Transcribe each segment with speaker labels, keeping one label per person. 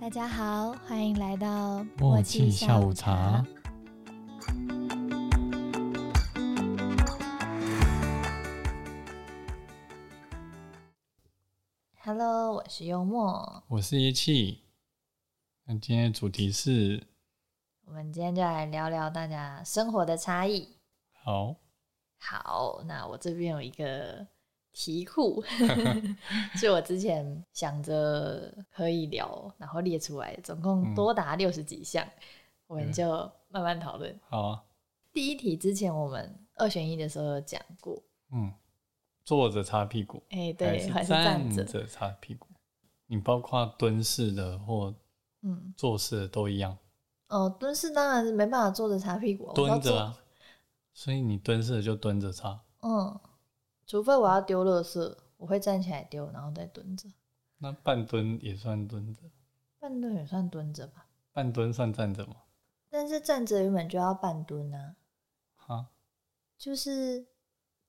Speaker 1: 大家好，欢迎来到
Speaker 2: 默契下午茶。
Speaker 1: Hello，我是幽默。
Speaker 2: 我是叶气。那今天的主题是
Speaker 1: 我们今天就来聊聊大家生活的差异。
Speaker 2: 好，
Speaker 1: 好，那我这边有一个题 库，是我之前想着可以聊，然后列出来，总共多达六十几项，我们就慢慢讨论。
Speaker 2: 好啊，
Speaker 1: 第一题之前我们二选一的时候有讲过，
Speaker 2: 嗯，坐着擦屁股，
Speaker 1: 哎、对，还
Speaker 2: 还
Speaker 1: 是
Speaker 2: 是
Speaker 1: 站
Speaker 2: 站
Speaker 1: 着，
Speaker 2: 着擦屁股？你包括蹲式的或
Speaker 1: 嗯，
Speaker 2: 坐式的都一样，
Speaker 1: 哦，蹲式当然是没办法坐着擦屁股，我都
Speaker 2: 蹲着
Speaker 1: 坐
Speaker 2: 啊。所以你蹲式的就蹲着擦，
Speaker 1: 嗯，除非我要丢垃圾，我会站起来丢，然后再蹲着。
Speaker 2: 那半蹲也算蹲着，
Speaker 1: 半蹲也算蹲着吧，
Speaker 2: 半蹲算站着吗？
Speaker 1: 但是站着原本就要半蹲啊。
Speaker 2: 哈，
Speaker 1: 就是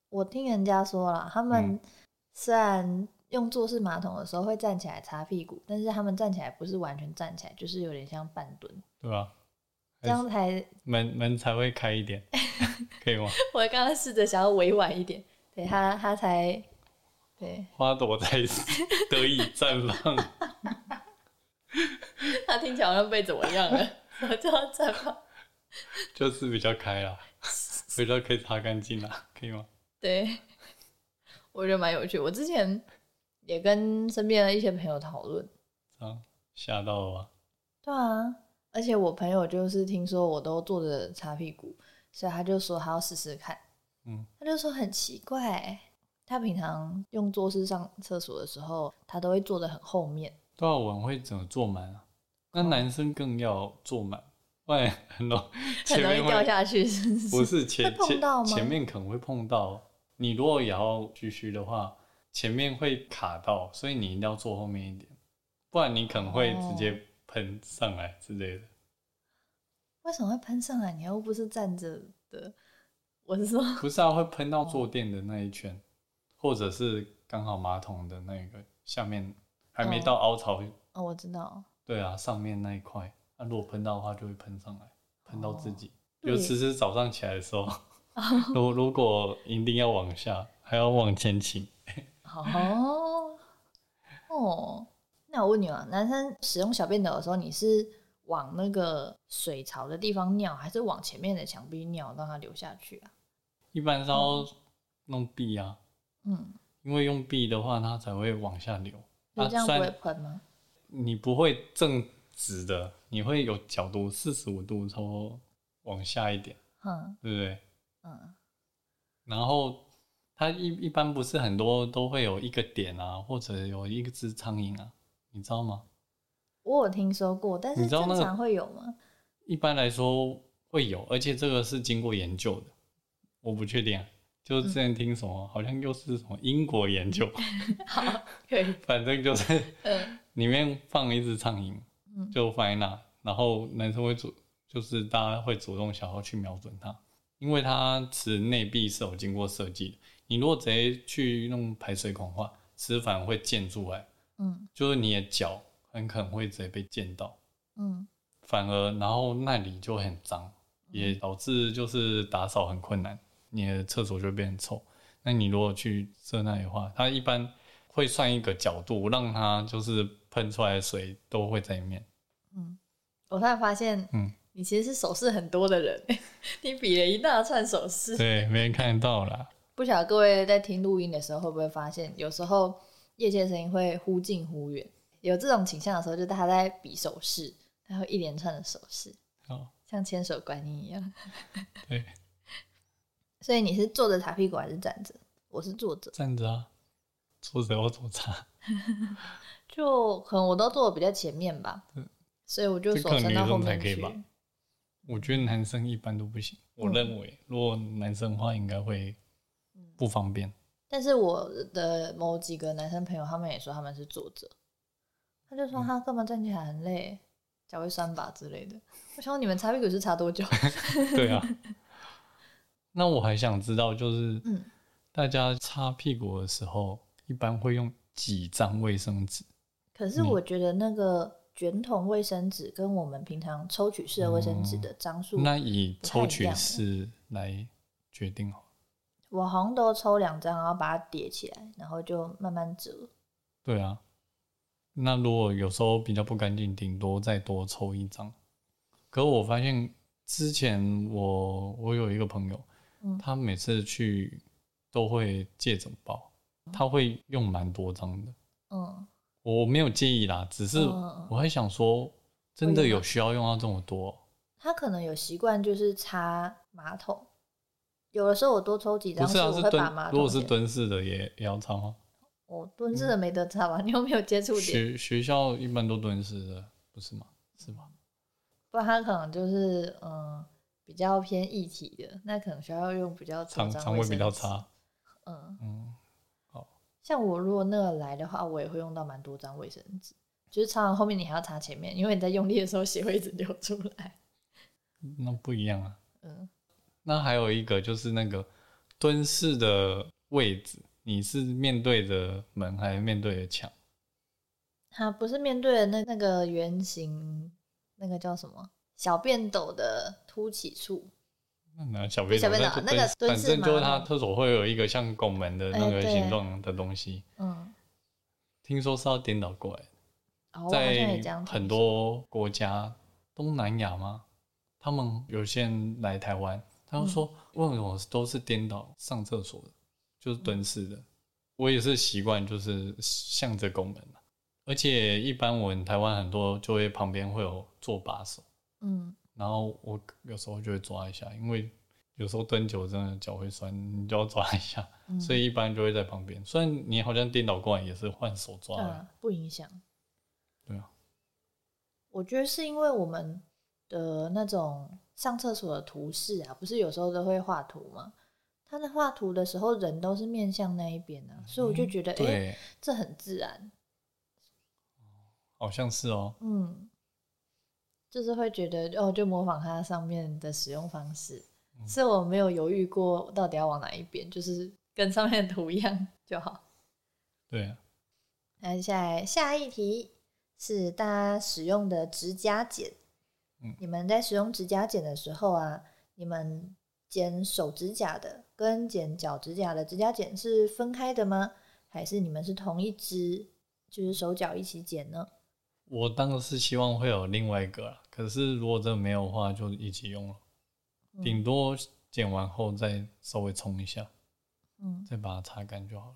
Speaker 1: 我听人家说啦，他们
Speaker 2: 嗯
Speaker 1: 虽然用坐式马桶的时候会站起来擦屁股，但是他们站起来不是完全站起来，就是有点像半蹲，
Speaker 2: 对吧？
Speaker 1: 这样才。
Speaker 2: 门门才会开一 点，可以吗？
Speaker 1: 我刚刚试着想要委婉一点，对他他才对
Speaker 2: 花朵才 得以绽放。
Speaker 1: 他听起来好像被怎么样了， 我就要绽放。
Speaker 2: 就是比较开啦，比较可以擦干净啦，可以吗？
Speaker 1: 对， 我觉得蛮有趣。我之前也跟身边的一些朋友讨论，
Speaker 2: 这样吓到了吧？
Speaker 1: 对啊，而且我朋友就是听说我都坐着擦屁股，所以他就说他要试试看。
Speaker 2: 嗯，
Speaker 1: 他就说很奇怪，他平常用坐式上厕所的时候，他都会坐得很后面。
Speaker 2: 多少文啊会整个坐满啊？那男生更要坐满，不然很容
Speaker 1: 很
Speaker 2: 前
Speaker 1: 容易
Speaker 2: 面
Speaker 1: 掉
Speaker 2: 会
Speaker 1: 下去，是不是？
Speaker 2: 不是前
Speaker 1: 会碰到
Speaker 2: 前
Speaker 1: 吗
Speaker 2: 前面可能会碰到，你如果也要嘘嘘的话，前面会卡到，所以你一定要坐后面一点，不然你可能会直
Speaker 1: 哦
Speaker 2: 接喷上来之类的。
Speaker 1: 为什么会喷上来？你又不是站着的。我是说，
Speaker 2: 不是啊，会喷到
Speaker 1: 哦
Speaker 2: 坐垫的那一圈，或者是刚好马桶的那个下面还没到凹槽
Speaker 1: 哦，我知道，
Speaker 2: 对啊，上面那一块，那、如果喷到的话，就会喷上来，喷到自己。
Speaker 1: 对
Speaker 2: 尤其是早上起来的时候， 如如果一定要往下，还要往前倾，
Speaker 1: 哦，哦，那我问你啊，男生使用小便斗的时候，你是往那个水槽的地方尿，还是往前面的墙壁尿，让它流下去啊？
Speaker 2: 一般是要弄壁啊，
Speaker 1: 嗯，
Speaker 2: 因为用壁的话，它才会往下流。
Speaker 1: 就
Speaker 2: 啊
Speaker 1: 这样不
Speaker 2: 虽
Speaker 1: 会
Speaker 2: 然
Speaker 1: 喷吗？
Speaker 2: 你不会正直的，你会有角度，四十五度差不多往下一点，
Speaker 1: 嗯
Speaker 2: 对不对？
Speaker 1: 嗯，
Speaker 2: 然后它一一般不是很多都会有一个点啊，或者有一只苍蝇啊，你知道吗？
Speaker 1: 我有听说过，但是
Speaker 2: 你知道那
Speaker 1: 正
Speaker 2: 个
Speaker 1: 常会有吗？
Speaker 2: 一般来说会有，而且这个是经过研究的，我不确定、啊。就是之前听什么，好像又是什么英国研究，
Speaker 1: 可以，
Speaker 2: 反正就是
Speaker 1: 嗯
Speaker 2: 里面放一只苍蝇
Speaker 1: 嗯，
Speaker 2: 就放在那，然后男生会主，就是大家会主动想要去瞄准它，因为它池内壁是有经过设计的。你如果直接去弄排水孔的话，池反而会溅出来，
Speaker 1: 嗯
Speaker 2: 就是你的脚很可能会直接被溅到。
Speaker 1: 嗯，
Speaker 2: 反而然后那里就很脏，也导致就是打扫很困难，你的厕所就会变很臭。那你如果去设那里的话，它一般会算一个角度，让它就是喷出来的水都会在里面。
Speaker 1: 我突然发现，
Speaker 2: 嗯
Speaker 1: 你其实是手势很多的人， 你比了一大串手势。
Speaker 2: 对，没人看到啦。
Speaker 1: 不晓得各位在听录音的时候会不会发现，有时候业界声音会忽近忽远，有这种倾向的时候，就是他在比手势，他会一连串的手势，
Speaker 2: 哦，
Speaker 1: 像千手观音一样。
Speaker 2: 对，
Speaker 1: 所以你是坐着擦屁股还是站着？我是坐着，
Speaker 2: 站着啊，坐着要坐着，
Speaker 1: 就可能我都坐的比较前面吧，所以我就
Speaker 2: 嗯这
Speaker 1: 手
Speaker 2: 可能
Speaker 1: 伸到
Speaker 2: 女
Speaker 1: 后
Speaker 2: 生才
Speaker 1: 面
Speaker 2: 可以
Speaker 1: 去。
Speaker 2: 吧我觉得男生一般都不行。我认为，如果男生的话，应该会不方便。
Speaker 1: 但是我的某几个男生朋友，他们也说他们是坐着，他就说
Speaker 2: 嗯
Speaker 1: 他干嘛站起来很累，脚会酸吧之类的。我想问你们擦屁股是擦多久？
Speaker 2: 对啊。那我还想知道，就是
Speaker 1: 嗯
Speaker 2: 大家擦屁股的时候，一般会用几张卫生纸？
Speaker 1: 可是我觉得那个卷筒卫生纸跟我们平常抽取式的卫生纸的张数，
Speaker 2: 哦那以
Speaker 1: 不太
Speaker 2: 抽
Speaker 1: 一
Speaker 2: 取
Speaker 1: 样
Speaker 2: 式来决定好了。
Speaker 1: 我好像都抽两张，然后把它叠起来，然后就慢慢折。
Speaker 2: 对啊，那如果有时候比较不干净，顶多再多抽一张。可我发现之前我我有一个朋友，
Speaker 1: 嗯
Speaker 2: 他每次去都会借整包，他会用蛮多张的。
Speaker 1: 嗯，
Speaker 2: 我没有介意啦，只是
Speaker 1: 嗯嗯嗯
Speaker 2: 我还想说，真
Speaker 1: 会
Speaker 2: 的
Speaker 1: 用吗
Speaker 2: 有需要用到这么多哦？
Speaker 1: 他可能有习惯就是擦马桶，有的时候我多抽几
Speaker 2: 不
Speaker 1: 张，
Speaker 2: 是啊，
Speaker 1: 我
Speaker 2: 是
Speaker 1: 会把马
Speaker 2: 蹲，如
Speaker 1: 桶
Speaker 2: 果
Speaker 1: 剪。
Speaker 2: 是蹲嗯式的也也要擦吗？
Speaker 1: 我蹲式的没得擦吧？ 你有没有接触点？
Speaker 2: 学学校一般都蹲式的，不是吗？是吗？
Speaker 1: 不然他可能就是嗯比较偏液体的，那可能需要用比较
Speaker 2: 肠
Speaker 1: 长张
Speaker 2: 肠
Speaker 1: 卫
Speaker 2: 胃比
Speaker 1: 生
Speaker 2: 较
Speaker 1: 纸。
Speaker 2: 差，
Speaker 1: 嗯，
Speaker 2: 嗯。
Speaker 1: 像我如果那个来的话，我也会用到蛮多张卫生纸，就是擦完后面你还要擦前面，因为你在用力的时候血会一直流出来。
Speaker 2: 那不一样啊。
Speaker 1: 嗯，
Speaker 2: 那还有一个就是那个蹲式的位置，你是面对着门还是面对着墙？
Speaker 1: 它不是面对的那那个圆形，那个叫什么小便斗的凸起处，
Speaker 2: 那哪有小便斗
Speaker 1: 小便斗
Speaker 2: 就
Speaker 1: 那个蹲
Speaker 2: 反
Speaker 1: 式
Speaker 2: 正就是
Speaker 1: 马
Speaker 2: 它
Speaker 1: 桶
Speaker 2: 厕所会有一个像拱门的那
Speaker 1: 哎
Speaker 2: 个
Speaker 1: 对
Speaker 2: 形状的东西，
Speaker 1: 嗯，
Speaker 2: 听说是要颠倒过来的，
Speaker 1: 哦，我好像也这样
Speaker 2: 在
Speaker 1: 听
Speaker 2: 很
Speaker 1: 说，
Speaker 2: 多国家，东南亚吗？他们有些人来台湾，他们说
Speaker 1: 嗯
Speaker 2: 为什么都是颠倒上厕所的，就是蹲式的。我也是习惯就是向着拱门啊而且一般我们台湾很多就会旁边会有坐把手，
Speaker 1: 嗯，
Speaker 2: 然后我有时候就会抓一下，因为有时候蹲久真的脚会酸，你就要抓一下，
Speaker 1: 嗯
Speaker 2: 所以一般就会在旁边。虽然你好像颠倒过来也是换手抓的，
Speaker 1: 嗯，不影响。
Speaker 2: 对啊，
Speaker 1: 我觉得是因为我们的那种上厕所的图示啊，不是有时候都会画图吗？他在画图的时候，人都是面向那一边啊，所以我就觉得，哎、
Speaker 2: 嗯对，
Speaker 1: 这很自然，
Speaker 2: 好像是哦。
Speaker 1: 嗯，就是会觉得，哦，就模仿它上面的使用方式，
Speaker 2: 嗯
Speaker 1: 所以我没有犹豫过到底要往哪一边，就是跟上面的图一样就好。
Speaker 2: 对啊，
Speaker 1: 那下来下一题是大家使用的指甲剪。
Speaker 2: 嗯
Speaker 1: 你们在使用指甲剪的时候啊，你们剪手指甲的跟剪脚指甲的指甲剪是分开的吗？还是你们是同一只，就是手脚一起剪呢？
Speaker 2: 我当然是希望会有另外一个啦，可是如果真的没有的话，就一起用了，
Speaker 1: 嗯
Speaker 2: 顶多剪完后再稍微冲一下，
Speaker 1: 嗯，
Speaker 2: 再把它擦干就好了。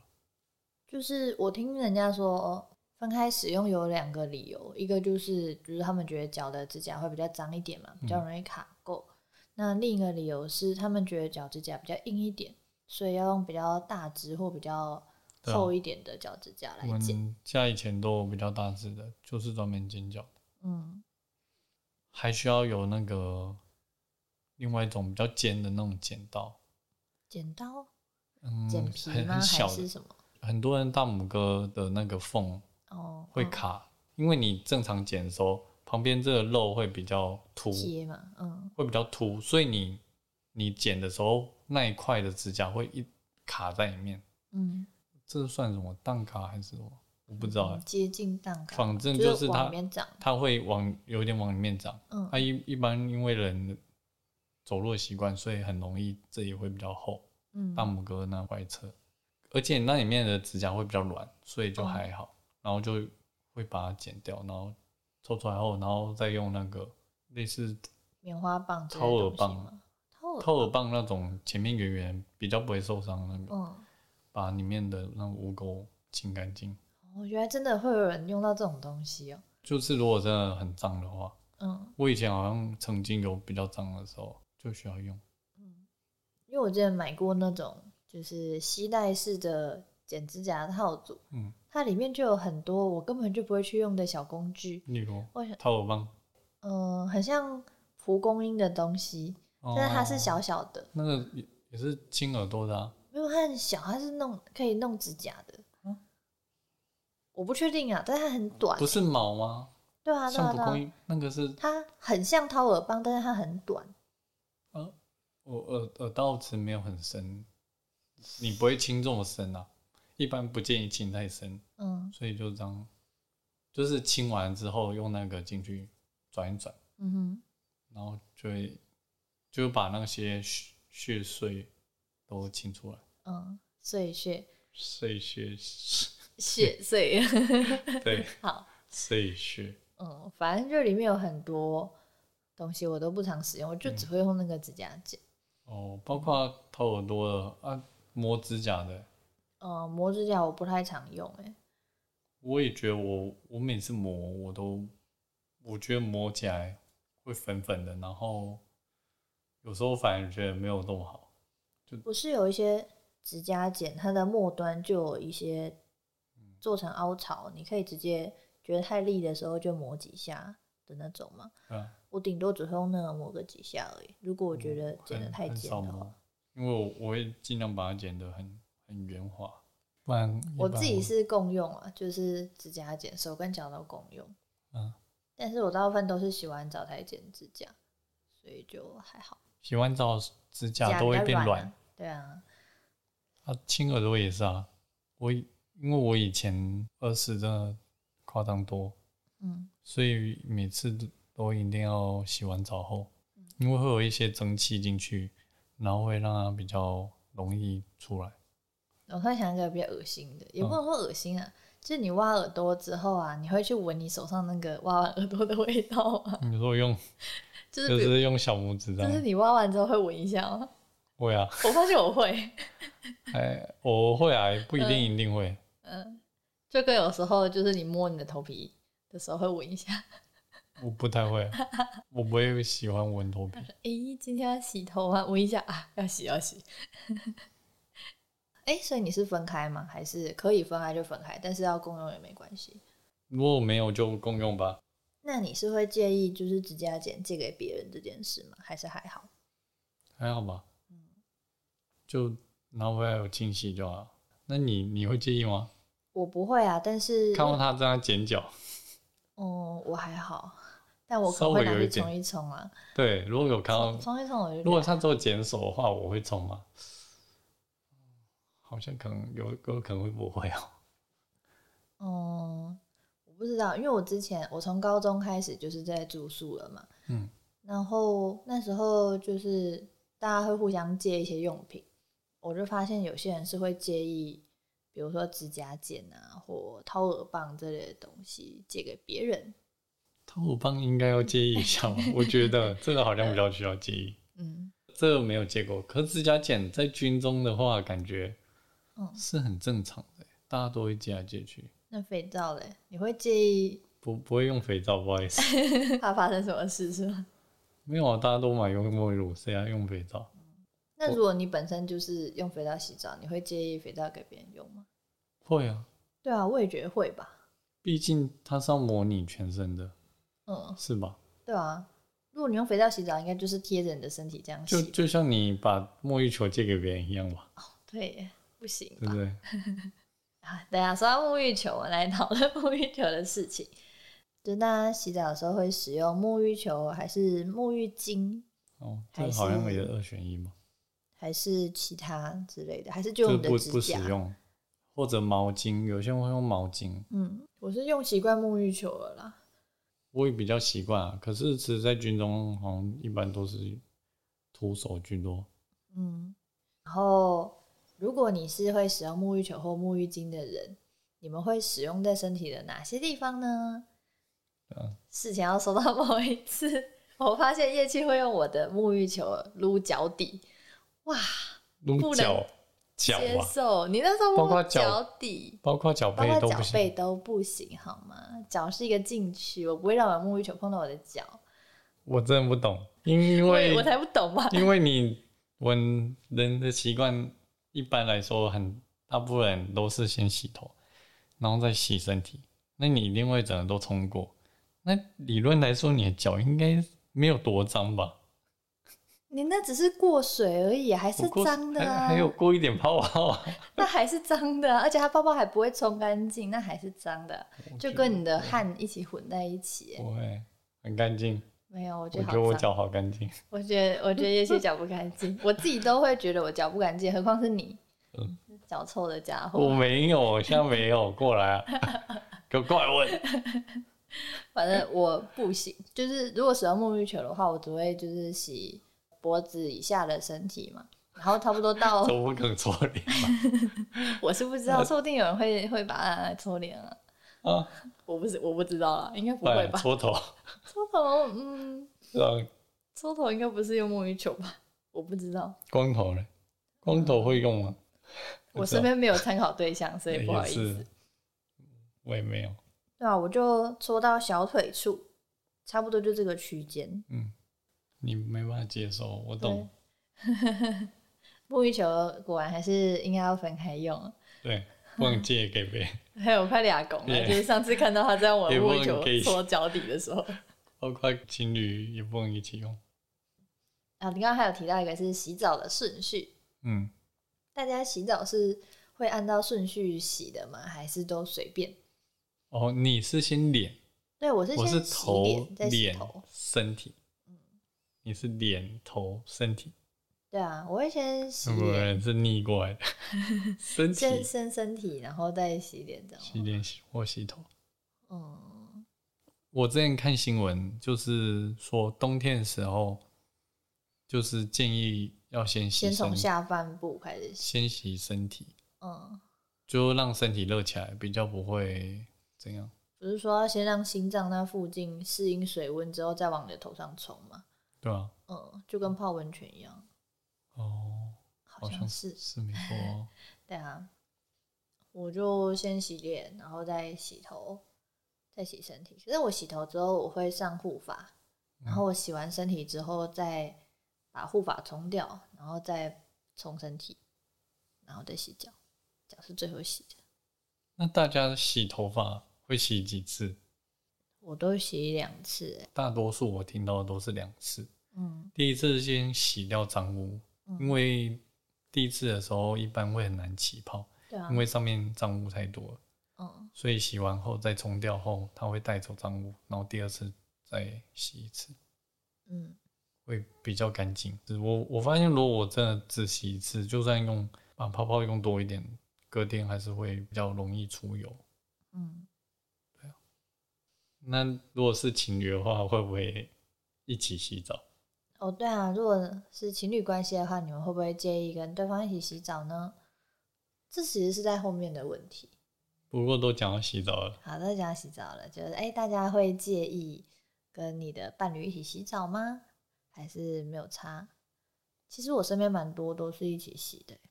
Speaker 1: 就是我听人家说、哦分开使用有两个理由，一个就是就是他们觉得脚的指甲会比较脏一点嘛，比
Speaker 2: 嗯
Speaker 1: 较容易卡垢。那另一个理由是他们觉得脚指甲比较硬一点，所以要用比较大只或比较
Speaker 2: 对啊
Speaker 1: 厚一点的脚指甲
Speaker 2: 我
Speaker 1: 来剪。
Speaker 2: 们家以前都有比较大只的，就是专门剪脚的，
Speaker 1: 嗯
Speaker 2: 还需要有那个另外一种比较尖的那种剪刀，
Speaker 1: 剪刀、
Speaker 2: 嗯，
Speaker 1: 剪皮
Speaker 2: 很
Speaker 1: 吗？还
Speaker 2: 很小
Speaker 1: 是
Speaker 2: 的，
Speaker 1: 什么？
Speaker 2: 很多人大拇哥的那个缝
Speaker 1: 哦，
Speaker 2: 会
Speaker 1: 嗯
Speaker 2: 卡，因为你正常剪的时候，旁边这个肉会比较凸，
Speaker 1: 切嘛，嗯
Speaker 2: 会比较凸，所以你你剪的时候那一块的指甲会一卡在里面，
Speaker 1: 嗯，
Speaker 2: 这算什么蛋卡还是什么？我不知道、
Speaker 1: 嗯
Speaker 2: 欸，
Speaker 1: 接近蛋糕，
Speaker 2: 反正
Speaker 1: 就
Speaker 2: 就是
Speaker 1: 往
Speaker 2: 它哎
Speaker 1: 里面长。
Speaker 2: 它会往有点往里面长。
Speaker 1: 嗯
Speaker 2: 它、一一般因为人走路的习惯，所以很容易这也会比较厚，
Speaker 1: 嗯
Speaker 2: 大拇哥那外侧，而且那里面的指甲会比较软，所以就
Speaker 1: 嗯
Speaker 2: 还好，然后就会把它剪掉，然后抽出来后，然后再用那个类似
Speaker 1: 棉花棒之类的
Speaker 2: 掏耳
Speaker 1: 东西
Speaker 2: 棒
Speaker 1: 吗，掏耳
Speaker 2: 透耳棒那种前面圆圆比较不会受伤的那个，
Speaker 1: 嗯。
Speaker 2: 把里面的那污垢清干净。
Speaker 1: 我觉得真的会有人用到这种东西哦。
Speaker 2: 就是如果真的很脏的话，
Speaker 1: 嗯，
Speaker 2: 我以前好像曾经有比较脏的时候就需要用。
Speaker 1: 因为我之前买过那种就是吸带式的剪指甲套组，
Speaker 2: 嗯，
Speaker 1: 它里面就有很多我根本就不会去用的小工具，
Speaker 2: 例如
Speaker 1: 我想，
Speaker 2: 掏耳棒，
Speaker 1: 嗯、很像蒲公英的东西，
Speaker 2: 哦
Speaker 1: 但是它是小小的，
Speaker 2: 那个也也是清耳朵的、啊，
Speaker 1: 没有它很小，它是弄可以弄指甲的。
Speaker 2: 嗯
Speaker 1: 我不确定啊，但它很短
Speaker 2: 不，是毛吗？
Speaker 1: 对啊，对
Speaker 2: 像
Speaker 1: 啊，
Speaker 2: 蒲
Speaker 1: 对啊
Speaker 2: 公英那个是
Speaker 1: 它很像掏耳棒，但是它很短。
Speaker 2: 我耳耳道子没有很深，你不会清这么深啊，一般不建议清太深，
Speaker 1: 嗯
Speaker 2: 所以就这样，就是清完之后用那个进去转一转，
Speaker 1: 嗯哼，
Speaker 2: 然后就会就把那些血血碎都清出来，
Speaker 1: 嗯，碎屑
Speaker 2: 碎屑，
Speaker 1: 血 碎，
Speaker 2: 对，
Speaker 1: 好，
Speaker 2: 碎屑，
Speaker 1: 嗯，反正就里面有很多东西我都不常使用，我
Speaker 2: 嗯
Speaker 1: 就只会用那个指甲剪，
Speaker 2: 哦，包括掏耳朵的啊，磨指甲的，
Speaker 1: 嗯，磨指甲我不太常用、欸，哎，
Speaker 2: 我也觉得我我每次磨我都，我觉得磨起来会粉粉的，然后有时候反而觉得没有那么好，
Speaker 1: 不是有一些指甲剪，它的末端就有一些
Speaker 2: 嗯
Speaker 1: 做成凹槽，你可以直接觉得太利的时候就磨几下的那种吗？
Speaker 2: 对啊，
Speaker 1: 我顶多只会用那个磨个几下而已。如果我觉得剪得
Speaker 2: 哦很
Speaker 1: 太
Speaker 2: 嗯很
Speaker 1: 尖
Speaker 2: 少
Speaker 1: 的
Speaker 2: 磨
Speaker 1: 话，，
Speaker 2: 因为我我会尽量把它剪得很很圆滑，不然一
Speaker 1: 我
Speaker 2: 般
Speaker 1: 自己是共用啊，就是指甲剪，手跟脚都共用。
Speaker 2: 嗯，
Speaker 1: 但是我大部分都是洗完澡才剪指甲，所以就还好。
Speaker 2: 洗完澡指
Speaker 1: 指
Speaker 2: 甲都会
Speaker 1: 比
Speaker 2: 变
Speaker 1: 较
Speaker 2: 软
Speaker 1: 啊，对啊，
Speaker 2: 啊，亲耳朵也是啊，我以因为我以前耳屎真的夸张多，
Speaker 1: 嗯
Speaker 2: 所以每次都都一定要洗完澡后，
Speaker 1: 嗯
Speaker 2: 因为会有一些蒸汽进去，然后会让它比较容易出来。
Speaker 1: 我突然想一个比较恶心的，也不
Speaker 2: 嗯
Speaker 1: 能说恶心啊，就是你挖耳朵之后啊，你会去闻你手上那个挖完耳朵的味道吗？
Speaker 2: 你说用
Speaker 1: 就是
Speaker 2: 就
Speaker 1: 比如，
Speaker 2: 是用小拇指这
Speaker 1: 就是
Speaker 2: 样，
Speaker 1: 你挖完之后会闻一下吗？
Speaker 2: 会啊，
Speaker 1: 我发现我会，
Speaker 2: 哎，我会啊，不一定一定会，
Speaker 1: 嗯，就跟有时候就是你摸你的头皮的时候会闻一下，
Speaker 2: 我不太 会啊，我不会喜欢闻头皮。
Speaker 1: 诶，今天要洗头啊，闻一下啊，要洗要洗。诶，所以你是分开吗？还是可以分开就分开，但是要共用也没关系？
Speaker 2: 如果没有就共用吧，
Speaker 1: 那你是会介意就是指甲剪借给别人这件事吗？还是还好？
Speaker 2: 还好吧，就拿回来有清洗就好。那你你会介意吗？
Speaker 1: 我不会啊，但是
Speaker 2: 看到他这样剪脚，
Speaker 1: 嗯，我还好，但我可能会拿去冲一冲啊，
Speaker 2: 对，如果有看到
Speaker 1: 冲冲一冲我就
Speaker 2: 如果
Speaker 1: 觉得
Speaker 2: 他做检索的话，我会冲吗？好像可能有有可能会不会哦。
Speaker 1: 嗯，我不知道，因为我之前我从高中开始就是在住宿了嘛，
Speaker 2: 嗯，
Speaker 1: 然后那时候就是大家会互相借一些用品，我就发现有些人是会介意，比如说指甲剪啊或掏耳棒这类的东西借给别人，
Speaker 2: 掏耳棒应该要介意一下吧？我觉得这个好像比较需要介意。
Speaker 1: 嗯，
Speaker 2: 这个没有借过，可是指甲剪在军中的话，感觉
Speaker 1: 嗯
Speaker 2: 是很正常的，大家都会借来借去，
Speaker 1: 那肥皂嘞，你会介 意
Speaker 2: 不不会用肥皂，不好意思，
Speaker 1: 怕发生什么事是吗？
Speaker 2: 没有啊，大家都买用沐浴乳，谁还用肥皂？
Speaker 1: 那如果你本身就是用肥皂洗澡，你会介意肥皂给别人用吗？
Speaker 2: 会啊，
Speaker 1: 对啊，我也觉得会吧。
Speaker 2: 毕竟它是要模拟全身的，
Speaker 1: 嗯，
Speaker 2: 是吧？
Speaker 1: 对啊。如果你用肥皂洗澡，应该就是贴着你的身体这样
Speaker 2: 就
Speaker 1: 洗。
Speaker 2: 就像你把沐浴球借给别人一样吧，
Speaker 1: 对耶，不行吧
Speaker 2: 对 不？对？
Speaker 1: 啊，等一下说到沐浴球，我们来讨论沐浴球的事情。就大家洗澡的时候会使用沐浴球，还是沐浴巾，
Speaker 2: 哦，
Speaker 1: 还
Speaker 2: 这个好像
Speaker 1: 是
Speaker 2: 也是二选一嘛，
Speaker 1: 还是其他之类的，还是就用你
Speaker 2: 就是
Speaker 1: 的
Speaker 2: 不
Speaker 1: 指
Speaker 2: 不使
Speaker 1: 甲？
Speaker 2: 用，或者毛巾，有些人会用毛巾，
Speaker 1: 嗯，我是用习惯沐浴球了啦。
Speaker 2: 我也比较习惯啊。可是其实，在军中好像一般都是徒手居多，
Speaker 1: 嗯，然后如果你是会使用沐浴球或沐浴巾的人，你们会使用在身体的哪些地方呢？
Speaker 2: 嗯
Speaker 1: 事前要说到某一次， 我发现叶气会用我的沐浴球撸脚底，哇，
Speaker 2: 撸
Speaker 1: 不能
Speaker 2: 脚脚
Speaker 1: 接
Speaker 2: 啊，
Speaker 1: 受！你那时候
Speaker 2: 包括
Speaker 1: 摸
Speaker 2: 脚
Speaker 1: 脚底，
Speaker 2: 包括脚
Speaker 1: 包
Speaker 2: 背
Speaker 1: 括
Speaker 2: 都
Speaker 1: 脚
Speaker 2: 不行。
Speaker 1: 背都不行，好吗？脚是一个禁区，我不会让我的沐浴球碰到我的脚，
Speaker 2: 我真的不懂，因
Speaker 1: 我
Speaker 2: 为
Speaker 1: 也我才不懂 吧？
Speaker 2: 因为你我们人的习惯一般来说很大部分人都是先洗头，然后再洗身体，那你一定会整个都冲过。那理论来说，你的脚应该没有多脏吧？
Speaker 1: 你那只是过水而已，还是
Speaker 2: 不过
Speaker 1: 脏的
Speaker 2: 还
Speaker 1: 啊！
Speaker 2: 还有过一点泡泡啊，
Speaker 1: 那还是脏的啊、而且它包包还不会冲干净，那还是脏的，就 跟你的汗一起混在一起。
Speaker 2: 不会很干净。
Speaker 1: 没有，我觉
Speaker 2: 我
Speaker 1: 得
Speaker 2: 觉得我
Speaker 1: 好脏。
Speaker 2: 脚好 干净，
Speaker 1: 我觉得，我觉得也许脚不干净， 我自己都会觉得我脚不干净，何况是你
Speaker 2: 嗯，
Speaker 1: 脚臭的家
Speaker 2: 我
Speaker 1: 伙。
Speaker 2: 没有，现在没有过来啊。给我过来 问。
Speaker 1: 反正我不行，就是如果使用沐浴球的话，我只会就是洗脖子以下的身体 嘛，然后差不多到
Speaker 2: 这我不可能搓 脸吧？
Speaker 1: 我是不知
Speaker 2: 呃
Speaker 1: 道，说不定有人会会把它拿来搓脸啊，
Speaker 2: 啊，
Speaker 1: 我不是我不知道啦，应该不
Speaker 2: 不
Speaker 1: 会
Speaker 2: 然
Speaker 1: 吧？
Speaker 2: 搓 头，啊
Speaker 1: 搓头，嗯，
Speaker 2: 让
Speaker 1: 搓头应该不是用沐浴球吧？我不知道，
Speaker 2: 光头呢？光头会用吗？
Speaker 1: 我
Speaker 2: 不知道
Speaker 1: 身边没有参考对象，所以不好意
Speaker 2: 也
Speaker 1: 思
Speaker 2: 是。，我也没有。
Speaker 1: 对啊，我就搓到小腿处，差不多就这个区间。
Speaker 2: 嗯，你没办法接受，我
Speaker 1: 对
Speaker 2: 懂。，
Speaker 1: 沐浴球果然还是应该要分开用。啊
Speaker 2: 对，不能借给别人，
Speaker 1: 还有我快俩拱了，
Speaker 2: Yeah
Speaker 1: 就是上次看到他在玩
Speaker 2: 也不
Speaker 1: 沐
Speaker 2: 能
Speaker 1: 浴球
Speaker 2: 给
Speaker 1: 搓脚底的时候。
Speaker 2: 包括情侣也不能一起用。
Speaker 1: 啊，你刚刚还有提到一个是洗澡的顺序，
Speaker 2: 嗯，
Speaker 1: 大家洗澡是会按照顺序洗的吗？还是都随便？
Speaker 2: 哦，你是先脸，
Speaker 1: 对，我是
Speaker 2: 我是
Speaker 1: 先洗
Speaker 2: 头
Speaker 1: 脸，再洗
Speaker 2: 脸
Speaker 1: 头。嗯
Speaker 2: 身体，你是脸头身体，
Speaker 1: 对啊，我会先洗
Speaker 2: 有没有
Speaker 1: 脸，
Speaker 2: 人是逆 过来的？身
Speaker 1: 先
Speaker 2: 体
Speaker 1: 先身体，然后再洗脸，这样
Speaker 2: 洗
Speaker 1: 吗。
Speaker 2: 脸洗或洗头。
Speaker 1: 嗯，
Speaker 2: 我之前看新闻，就是说冬天的时候，就是建议要先洗
Speaker 1: 先从
Speaker 2: 身
Speaker 1: 下半部开始洗。
Speaker 2: 先洗身体，
Speaker 1: 嗯，
Speaker 2: 就让身体热起来，比较不会怎样。
Speaker 1: 不是说要先让心脏那附近适应水温之后，再往你的头上冲吗？
Speaker 2: 对啊，
Speaker 1: 嗯，就跟泡温泉一样，
Speaker 2: 哦，
Speaker 1: 好
Speaker 2: 像
Speaker 1: 像是。
Speaker 2: 是没错哦。
Speaker 1: 对啊，我就先洗脸，然后再洗头，再洗身体。其实我洗头之后，我会上护发，然后我洗完身体之后，再把护发冲掉，然后再冲身体，然后再洗脚。脚是最后洗的，
Speaker 2: 那大家洗头发会洗几次？
Speaker 1: 我都洗两次、欸。
Speaker 2: 大多数我听到的都是两次。
Speaker 1: 嗯
Speaker 2: 第一次先洗掉脏污，
Speaker 1: 嗯
Speaker 2: 因为第一次的时候一般会很难起泡，
Speaker 1: 对啊
Speaker 2: 因，为上面脏污太多了，
Speaker 1: 嗯，
Speaker 2: 所以洗完后再冲掉后，它会带走脏污，然后第二次再洗一次，
Speaker 1: 嗯，
Speaker 2: 会比较干净。我我发现，如果我真的只洗一次，就算用把泡泡用多一点，隔天还是会比较容易出油。
Speaker 1: 嗯，
Speaker 2: 那如果是情侣的话，会不会一起洗澡？
Speaker 1: 哦，对啊，如果是情侣关系的话，你们会不会介意跟对方一起洗澡呢？这其实是在后面的问题。
Speaker 2: 不过都讲到洗澡了，
Speaker 1: 好，那讲到洗澡了，就是哎、大家会介意跟你的伴侣一起洗澡吗？还是没有差？其实我身边蛮多都是一起洗的欸、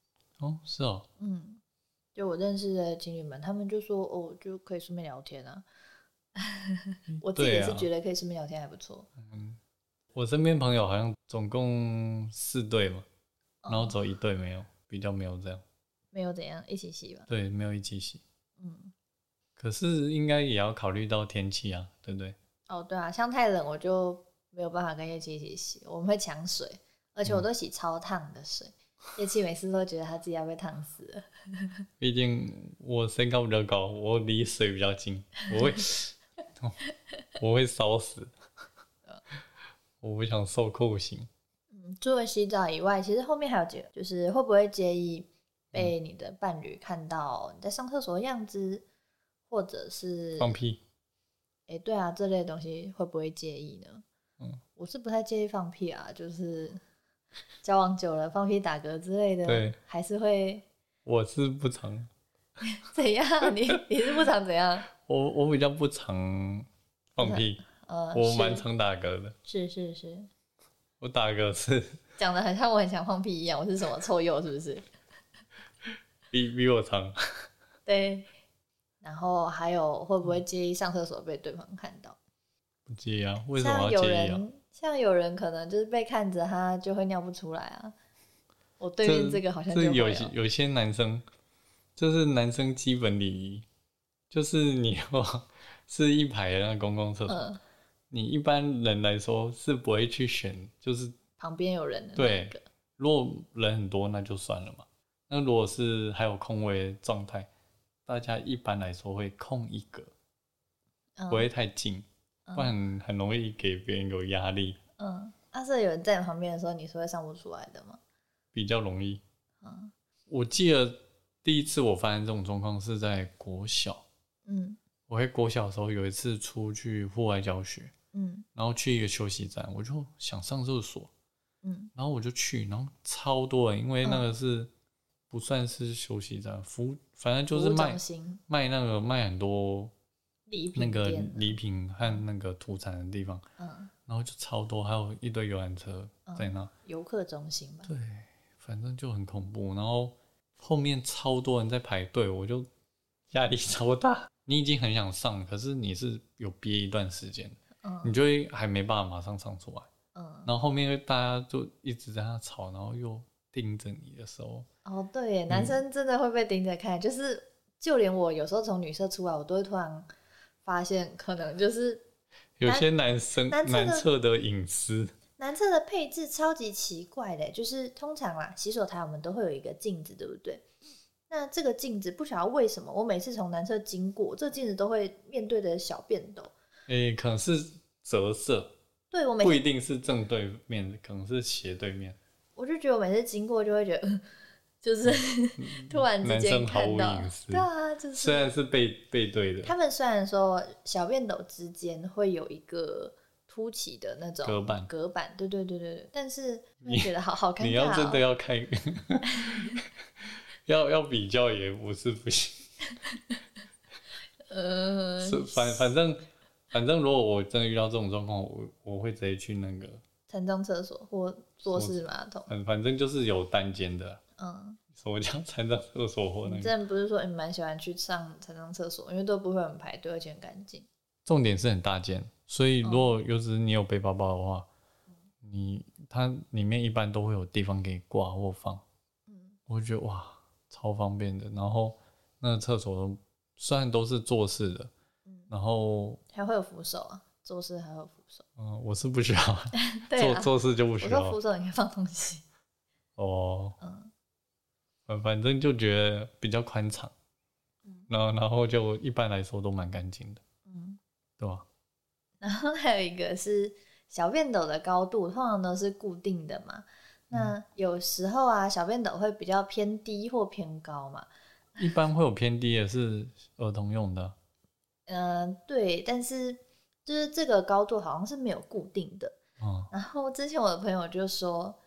Speaker 2: 哦，是哦，
Speaker 1: 嗯，就我认识的情侣们，他们就说哦，就可以顺便聊天啊。我自己
Speaker 2: 对
Speaker 1: 也是
Speaker 2: 啊
Speaker 1: 觉得可以顺便聊天还不错。
Speaker 2: 嗯，我身边朋友好像总共四对嘛，然后
Speaker 1: 嗯
Speaker 2: 走一对没有，比较没有这样，
Speaker 1: 没有怎样，一起洗吧。
Speaker 2: 对，没有一起洗。
Speaker 1: 嗯，
Speaker 2: 可是应该也要考虑到天气啊，对不对？
Speaker 1: 哦，对啊，像太冷我就没有办法跟叶琪一起洗，我们会抢水，而
Speaker 2: 嗯
Speaker 1: 且我都洗超烫的水。叶琪每次都觉得他自己要被烫死了。
Speaker 2: 毕竟我身高比较高，我离水比较近，我 会，我会烧死，我不想受酷刑。
Speaker 1: 嗯除了洗澡以外，其实后面还有几个，就是会不会介意
Speaker 2: 嗯
Speaker 1: 被你的伴侣看到你在上厕所的样子，或者是
Speaker 2: 放屁，
Speaker 1: 哎、对啊，这类东西会不会介意呢？
Speaker 2: 嗯，
Speaker 1: 我是不太介意放屁啊，就是交往久了放屁打嗝之类的，
Speaker 2: 对，
Speaker 1: 还是会
Speaker 2: 我是不常，
Speaker 1: 怎样？你你是不想怎样？
Speaker 2: 我我比较不常放屁，
Speaker 1: 呃，
Speaker 2: 我
Speaker 1: 是
Speaker 2: 蛮常打嗝的，
Speaker 1: 是是是，
Speaker 2: 我打嗝是
Speaker 1: 讲的很像我很想放屁一样，我是什么臭鼬是不是？
Speaker 2: 比比我长。
Speaker 1: 对，然后还有会不
Speaker 2: 嗯
Speaker 1: 会介意上厕所被对方看到？
Speaker 2: 不介意啊？为什
Speaker 1: 像
Speaker 2: 么要
Speaker 1: 有
Speaker 2: 介意啊？
Speaker 1: 人，像有人可能就是被看着，他就会尿不出来啊。我对面这个好像就
Speaker 2: 这
Speaker 1: 会
Speaker 2: 有
Speaker 1: 哦
Speaker 2: 些有些男生，这是男生基本礼仪，就是你要 是一排的那公共厕所，
Speaker 1: 嗯，
Speaker 2: 你一般人来说是不会去选，就是
Speaker 1: 旁边有人的那
Speaker 2: 对
Speaker 1: 个，
Speaker 2: 如果人很多那就算了嘛。那如果是还有空位的状态，大家一般来说会空一格，
Speaker 1: 嗯
Speaker 2: 不会太近，
Speaker 1: 嗯
Speaker 2: 不然很容易给别人有压力，
Speaker 1: 嗯，啊，是有人在你旁边的时候，你是会上不出来的吗？
Speaker 2: 比较容易。
Speaker 1: 嗯
Speaker 2: 我记得第一次我发现这种状况是在国小，
Speaker 1: 嗯
Speaker 2: 我会国小的时候有一次出去户外教学，
Speaker 1: 嗯
Speaker 2: 然后去一个休息站，我就想上厕所，
Speaker 1: 嗯
Speaker 2: 然后我就去，然后超多欸人，因为那个是不算是休息站，服反正就是
Speaker 1: 服务
Speaker 2: 卖
Speaker 1: 中心
Speaker 2: 卖那个卖很多
Speaker 1: 礼品
Speaker 2: 那个
Speaker 1: 店
Speaker 2: 礼品和那个土产的地方，
Speaker 1: 嗯
Speaker 2: 然后就超多，还有一堆游览车在那，
Speaker 1: 游客中心吧，
Speaker 2: 对，反正就很恐怖。然后后面超多人在排队，我就压力 超大。你已经很想上，可是你是有憋一段时间，
Speaker 1: 嗯
Speaker 2: 你就会还没办法马上上出来。
Speaker 1: 嗯
Speaker 2: 然后后面大家就一直在那吵，然后又盯着你的时候，
Speaker 1: 哦对
Speaker 2: 嗯
Speaker 1: 耶，男生真的会被盯着看，就是就连我有时候从女社出来，我都会突然发现，可能就是
Speaker 2: 有些男生
Speaker 1: 男
Speaker 2: 男
Speaker 1: 男
Speaker 2: 厕的隐私，
Speaker 1: 男厕的配置超级奇怪的，就是通常啦，洗手台我们都会有一个镜子，对不对？那这个镜子不晓得为什么，我每次从男厕经过，这镜子都会面对着小便斗。
Speaker 2: 诶、可能是折射，
Speaker 1: 对我每
Speaker 2: 不一定是正对面的，可能是斜对面。
Speaker 1: 我就觉得我每次经过就会觉得，呃就是 突然之
Speaker 2: 男
Speaker 1: 间
Speaker 2: 生毫
Speaker 1: 看
Speaker 2: 无
Speaker 1: 到
Speaker 2: 隐，私
Speaker 1: 对啊，就是
Speaker 2: 虽然是背背对的
Speaker 1: 他们虽然说小便斗之间会有一个凸起的那种
Speaker 2: 隔板
Speaker 1: 隔板，对对对对对，但是会
Speaker 2: 你
Speaker 1: 觉得好好尴尬、哦。
Speaker 2: 你要真的要看， 要要比较也不是不行。
Speaker 1: 呃，
Speaker 2: 是反反正反正，如果我真的遇到这种状况，我我会直接去那个，
Speaker 1: 残障厕所或坐式马桶，
Speaker 2: 反反正就是有单间的，啊
Speaker 1: 嗯，
Speaker 2: 什么叫残障厕所或那
Speaker 1: 你
Speaker 2: 个。
Speaker 1: 之前不是说你欸蛮喜欢去上残障厕所，因为都不会很排队，而且很干净。
Speaker 2: 重点是很大间，所以
Speaker 1: 嗯
Speaker 2: 如果有时你有背包包的话，你它里面一般都会有地方给你挂或放。
Speaker 1: 嗯
Speaker 2: 我就觉得哇，超方便的。然后那个厕所都虽然都是坐式的，
Speaker 1: 嗯，
Speaker 2: 然后
Speaker 1: 还会有扶手啊，坐式还会有扶手。
Speaker 2: 嗯、我是不需要，
Speaker 1: 对
Speaker 2: 做
Speaker 1: 啊，
Speaker 2: 做事就不
Speaker 1: 我
Speaker 2: 需
Speaker 1: 说
Speaker 2: 要
Speaker 1: 扶手你可以放东西。
Speaker 2: 哦。
Speaker 1: 嗯
Speaker 2: 反反正就觉得比较宽敞
Speaker 1: 嗯，
Speaker 2: 然后然后就一般来说都蛮干净的，
Speaker 1: 嗯，
Speaker 2: 对吧？
Speaker 1: 然后还有一个是小便斗的高度，通常都是固定的嘛。
Speaker 2: 嗯
Speaker 1: 那有时候啊，小便斗会比较偏低或偏高嘛。
Speaker 2: 一般会有偏低的是儿童用的，
Speaker 1: 嗯、对，但是就是这个高度好像是没有固定的。
Speaker 2: 嗯，
Speaker 1: 然后之前我的朋友就说，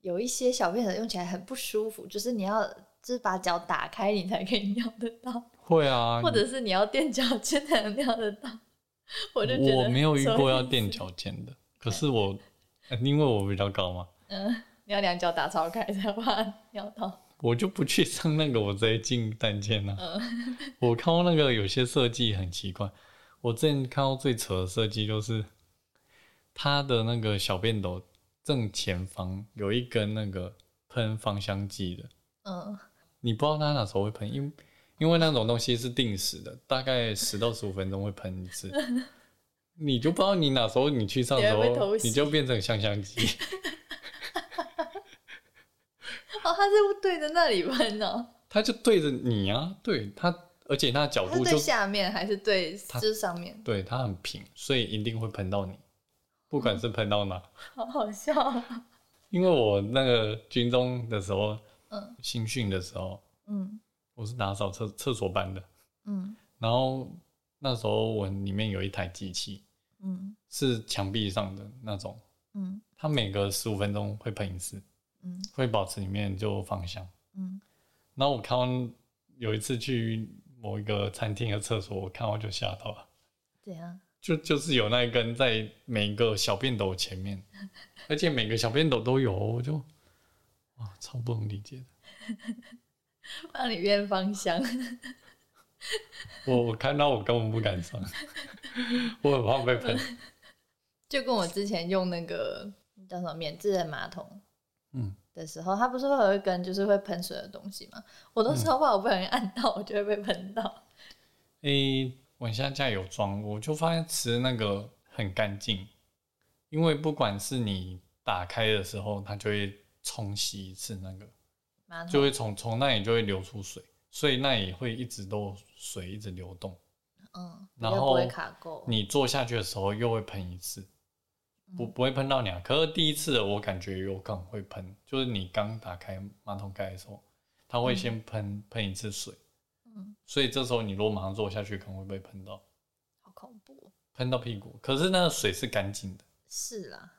Speaker 1: 有一些小便斗用起来很不舒服，就是你要就是把脚打开你才可以尿得到，
Speaker 2: 会啊。
Speaker 1: 或者是你要垫脚尖才能尿得到。我就觉得
Speaker 2: 我没有遇
Speaker 1: 什么
Speaker 2: 过
Speaker 1: 意
Speaker 2: 要
Speaker 1: 思
Speaker 2: 垫，脚尖的，可是我、呃因为我比较高嘛，
Speaker 1: 嗯、你要两脚打超开才把它尿到。
Speaker 2: 我就不去上那个，我直接进单间了、
Speaker 1: 嗯、
Speaker 2: 我看到那个有些设计很奇怪，我之前看到最扯的设计就是，它的那个小便斗正前方有一根那个喷芳香剂的，
Speaker 1: 嗯
Speaker 2: 你不知道它哪时候会喷，因因为那种东西是定时的，大概十到十五分钟会喷一次， 你就不知道你哪时候你去上的时
Speaker 1: 你还被偷
Speaker 2: 候，
Speaker 1: 袭
Speaker 2: 你就变成香香剂。
Speaker 1: 哦，它是对着那里喷哦，
Speaker 2: 他就对着你啊，对他，而且他角
Speaker 1: 它是
Speaker 2: 度
Speaker 1: 对
Speaker 2: 就
Speaker 1: 下面还是对
Speaker 2: 它
Speaker 1: 就是上面？
Speaker 2: 对他很平，所以一定会喷到你，不管是喷到哪。
Speaker 1: 好好笑哦、
Speaker 2: 因为我那个军中的时候，
Speaker 1: 嗯
Speaker 2: 新训的时候，
Speaker 1: 嗯
Speaker 2: 我是打扫厕厕所班的，
Speaker 1: 嗯
Speaker 2: 然后那时候我里面有一台机器
Speaker 1: 嗯
Speaker 2: 是墙壁上的那种，
Speaker 1: 嗯
Speaker 2: 它每隔十五分钟会喷一次，
Speaker 1: 嗯
Speaker 2: 会保持里面就芳香。
Speaker 1: 嗯
Speaker 2: 然后我看到有一次去某一个餐厅的厕所，我看到就吓到了。
Speaker 1: 怎 样？
Speaker 2: 就就是有那一根在每一个小便斗前面，而且每个小便斗都有哦，我就哇超不能理解的。
Speaker 1: 让你变芳香。
Speaker 2: 我我看到我根本不敢上， 我很怕被喷。
Speaker 1: 就跟我之前用那个叫什么免治的马桶
Speaker 2: 嗯，
Speaker 1: 的时候，它不是会有一根就是会喷水的东西吗？我
Speaker 2: 嗯
Speaker 1: 都超怕我不小心按到，我就会被喷到。
Speaker 2: 诶、哎我现在家有装，我就发现其实那个很干净，因为不管是你打开的时候，它就会冲洗一次那个，
Speaker 1: 马
Speaker 2: 就
Speaker 1: 桶
Speaker 2: 会从从那里就会流出水，所以那里会一直都有水一直流动。
Speaker 1: 嗯，比
Speaker 2: 然
Speaker 1: 较
Speaker 2: 后
Speaker 1: 不会卡垢。
Speaker 2: 你坐下去的时候又会喷一次，不不会喷到你啊。可是第一次的我感觉有可能会喷，就是你刚打开马桶盖的时候，它会先喷喷一次水，
Speaker 1: 嗯，
Speaker 2: 所以这时候你如果马上坐下去，可能会被喷到，
Speaker 1: 好恐怖。
Speaker 2: 喷到屁股。可是那个水是干净的，
Speaker 1: 是啦，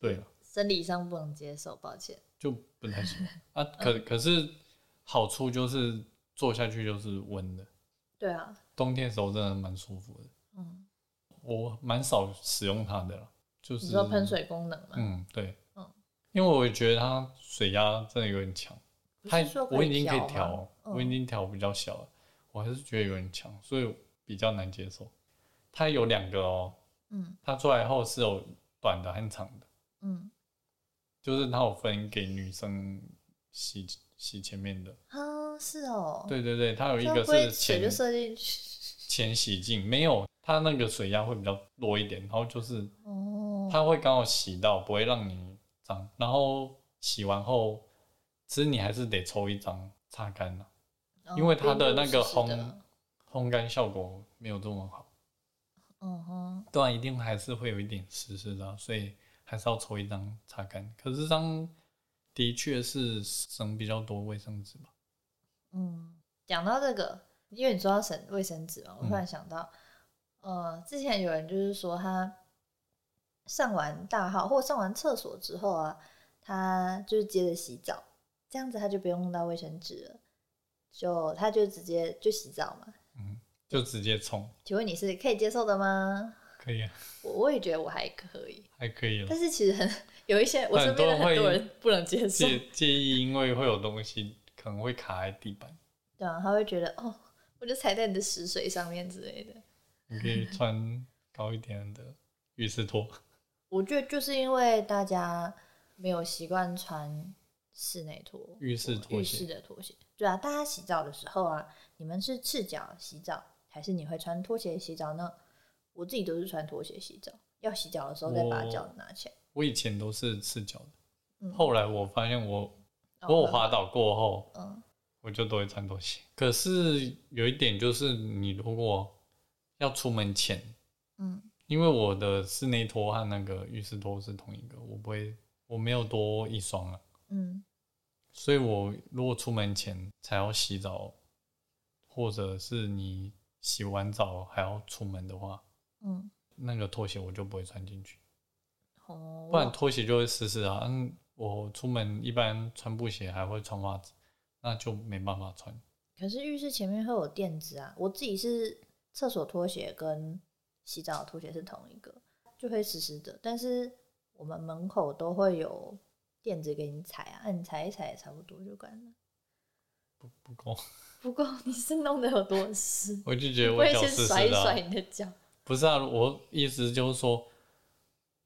Speaker 2: 对啊了，
Speaker 1: 生理上不能接受，抱歉。
Speaker 2: 就不太行 啊。可可是好处就是坐下去就是温的，
Speaker 1: 对啊，
Speaker 2: 冬天的时候真的蛮舒服的。
Speaker 1: 嗯，
Speaker 2: 我蛮少使用它的啦，就
Speaker 1: 你
Speaker 2: 是
Speaker 1: 说喷水功能嘛，
Speaker 2: 嗯，对，
Speaker 1: 嗯
Speaker 2: 因为我觉得它水压真的有点强，
Speaker 1: 不
Speaker 2: 它
Speaker 1: 是说
Speaker 2: 我已经可以
Speaker 1: 吗
Speaker 2: 调，啊我已
Speaker 1: 嗯
Speaker 2: 经调比较小了，我还是觉得有点强，所以比较难接受。它有两个哦，
Speaker 1: 嗯
Speaker 2: 它出来后是有短的和长的，
Speaker 1: 嗯
Speaker 2: 就是它有分给女生洗洗前面的，
Speaker 1: 啊，是哦，，
Speaker 2: 对对对，它有一个
Speaker 1: 会水
Speaker 2: 是前
Speaker 1: 就射进去，
Speaker 2: 前洗净，没有它那个水压会比较弱一点，然后就是
Speaker 1: 哦，
Speaker 2: 它会刚好洗到，不会让你脏。然后洗完后，其实你还是得抽一张擦干了、
Speaker 1: 哦
Speaker 2: 因为它的那
Speaker 1: 冰
Speaker 2: 个烘
Speaker 1: 敷式的
Speaker 2: 烘干效果没有这么好。
Speaker 1: 嗯哼，
Speaker 2: 对啊，一定还是会有一点湿湿的啊、所以还是要抽一张擦干。可是这张的确是省比较多卫生纸吧？
Speaker 1: 嗯，讲到这个，因为你说到省卫生纸嘛，我
Speaker 2: 嗯
Speaker 1: 突然想到，呃，之前有人就是说他上完大号或上完厕所之后啊，他就是接着洗澡，这样子他就不用用到卫生纸了，就他就直接就洗澡嘛。
Speaker 2: 就直接冲，
Speaker 1: 请问你是可以接受的吗？
Speaker 2: 可以啊，
Speaker 1: 我我也觉得我还可以，
Speaker 2: 还可以了
Speaker 1: 但。是其实很有一些我身边的
Speaker 2: 嗯很
Speaker 1: 很
Speaker 2: 多
Speaker 1: 多
Speaker 2: 人会
Speaker 1: 人不能接受，
Speaker 2: 介介意，因为会有东西可能会卡在地板，
Speaker 1: 对啊，他会觉得哦，我就踩在你的屎水上面之类的。
Speaker 2: 你可以穿高一点的浴室拖。
Speaker 1: 我觉得就是因为大家没有习惯穿室内拖、
Speaker 2: 浴室拖鞋
Speaker 1: 浴室的拖鞋。对啊，大家洗澡的时候啊，你们是赤脚洗澡，还是你会穿拖鞋洗澡呢？我自己都是穿拖鞋洗澡，要洗脚的时候再把
Speaker 2: 我
Speaker 1: 脚拿起来。
Speaker 2: 我以前都是赤脚的，
Speaker 1: 嗯
Speaker 2: 后来我发现我
Speaker 1: 然后
Speaker 2: 我有滑倒过后，
Speaker 1: 嗯
Speaker 2: 我就都会穿拖鞋。可是有一点就是，你如果要出门前，
Speaker 1: 嗯
Speaker 2: 因为我的室内拖和那个浴室拖是同一个，我不会，我没有多一双啊，
Speaker 1: 嗯
Speaker 2: 所以我如果出门前才要洗澡，或者是你洗完澡还要出门的话，
Speaker 1: 嗯，
Speaker 2: 那个拖鞋我就不会穿进去。
Speaker 1: 哦，
Speaker 2: 不然拖鞋就会湿湿啊。嗯，我出门一般穿布鞋还会穿袜子，那就没办法穿。
Speaker 1: 可是浴室前面会有垫子啊，我自己是厕所拖鞋跟洗澡的拖鞋是同一个，就会湿湿的。但是我们门口都会有垫子给你踩啊，啊你踩一踩也差不多就干了。
Speaker 2: 不不够， ，
Speaker 1: 不过你是弄得有多湿
Speaker 2: 我就
Speaker 1: 你
Speaker 2: 觉得
Speaker 1: 不
Speaker 2: 我
Speaker 1: 会
Speaker 2: 脚
Speaker 1: 先
Speaker 2: 湿
Speaker 1: 甩一
Speaker 2: 湿的啊、
Speaker 1: 甩你的脚？
Speaker 2: 不是啊，我意思就是说，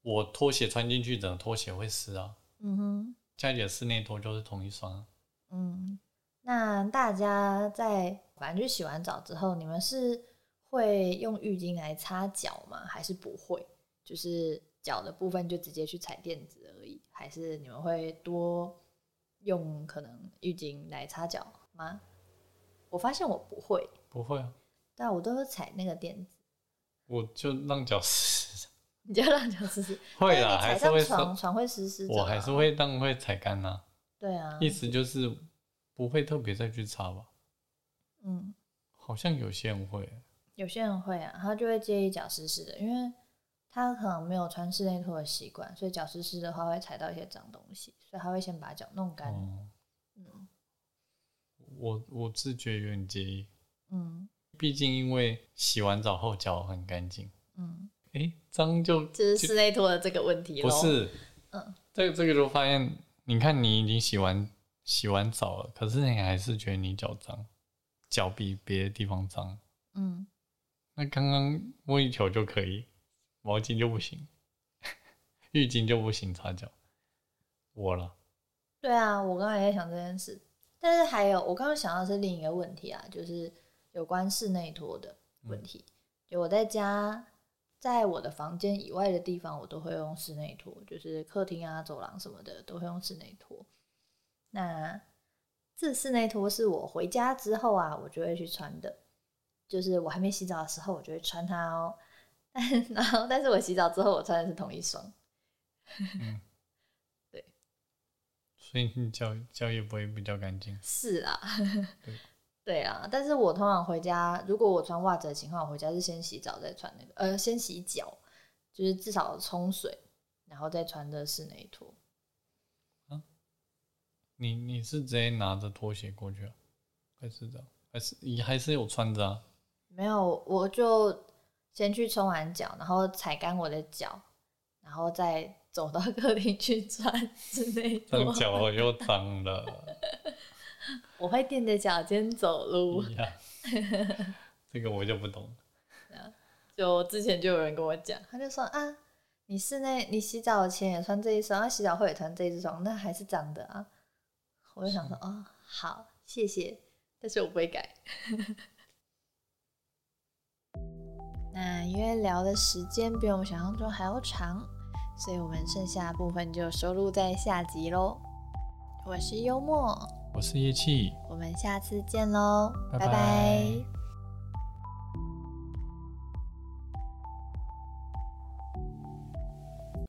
Speaker 2: 我拖鞋穿进去，整个拖鞋会湿啊。
Speaker 1: 嗯哼，
Speaker 2: 家里的室内拖就是同一双啊、
Speaker 1: 嗯。那大家在反正就洗完澡之后，你们是会用浴巾来擦脚吗？还是不会？就是脚的部分就直接去踩垫子而已，还是你们会多用可能浴巾来擦脚吗？我发现我不会，
Speaker 2: 不会啊，
Speaker 1: 但我都是踩那个垫子，
Speaker 2: 我就让脚 湿湿。
Speaker 1: 你就让脚湿湿。
Speaker 2: 会啦，
Speaker 1: 但
Speaker 2: 还
Speaker 1: 是
Speaker 2: 是
Speaker 1: 哎你
Speaker 2: 会
Speaker 1: 踩上床，
Speaker 2: 湿，
Speaker 1: 床会湿湿的啊。
Speaker 2: 我还是会当然会踩干啊。
Speaker 1: 对啊，
Speaker 2: 意思就是不会特别再去擦吧，
Speaker 1: 嗯，
Speaker 2: 好像有些人会、
Speaker 1: 有些人会啊，他就会介意脚湿湿的，因为他可能没有穿室内拖的习惯，所以脚湿湿的话会踩到一些脏东西，所以他会先把脚弄干。
Speaker 2: 哦，
Speaker 1: 嗯
Speaker 2: 我我自觉有点介意，
Speaker 1: 嗯
Speaker 2: 毕竟因为洗完澡后脚很干净，
Speaker 1: 嗯，
Speaker 2: 诶，脏就
Speaker 1: 这是室内拖的这个问题
Speaker 2: 不
Speaker 1: 咯。
Speaker 2: 是，
Speaker 1: 嗯，
Speaker 2: 这个这个就发现，你看你已经洗完洗完澡了，可是你还是觉得你脚脏，脚比别的地方脏，
Speaker 1: 嗯，
Speaker 2: 那刚刚摸一球就可以，毛巾就不行， 浴巾就不行擦脚，我了，
Speaker 1: 对啊，我刚才也在想这件事，但是还有我刚刚想到的是另一个问题啊，就是有关室内拖的问题。就我在家，在我的房间以外的地方，我都会用室内拖，就是客厅啊、走廊什么的都会用室内拖。那这室内拖是我回家之后啊，我就会去穿的，就是我还没洗澡的时候，我就会穿它哦。 但然后，但是我洗澡之后，我穿的是同一双。
Speaker 2: 所以你脚脚也不会比较干净。
Speaker 1: 是啊
Speaker 2: 对，
Speaker 1: 对啊，但是我通常回家，如果我穿袜子的情况，我回家是先洗澡再穿那个，呃，先洗脚，就是至少冲水，然后再穿的室内拖。
Speaker 2: 你你是直接拿着拖鞋过去啊？还是这样？还是你还是有穿着啊？
Speaker 1: 没有，我就先去冲完脚，然后踩干我的脚，然后再走到 客厅去穿室内
Speaker 2: 但
Speaker 1: 拖。
Speaker 2: 脚哦又脏了，
Speaker 1: 我会垫着脚尖走路。
Speaker 2: 一样。 这个我就不懂。
Speaker 1: 就之前就有人跟我讲，他就说啊，你室内你洗澡前也穿这一双，啊洗澡后也穿这一双，那还是脏的啊。我就想说，哦，好，谢谢，但是我不会改。 那因为聊的时间比我们想象中还要长，所以我们剩下的部分就收录在下集喽。我是幽默，
Speaker 2: 我是叶气。
Speaker 1: 我们下次见喽，
Speaker 2: 拜
Speaker 1: 拜
Speaker 2: 拜
Speaker 1: 拜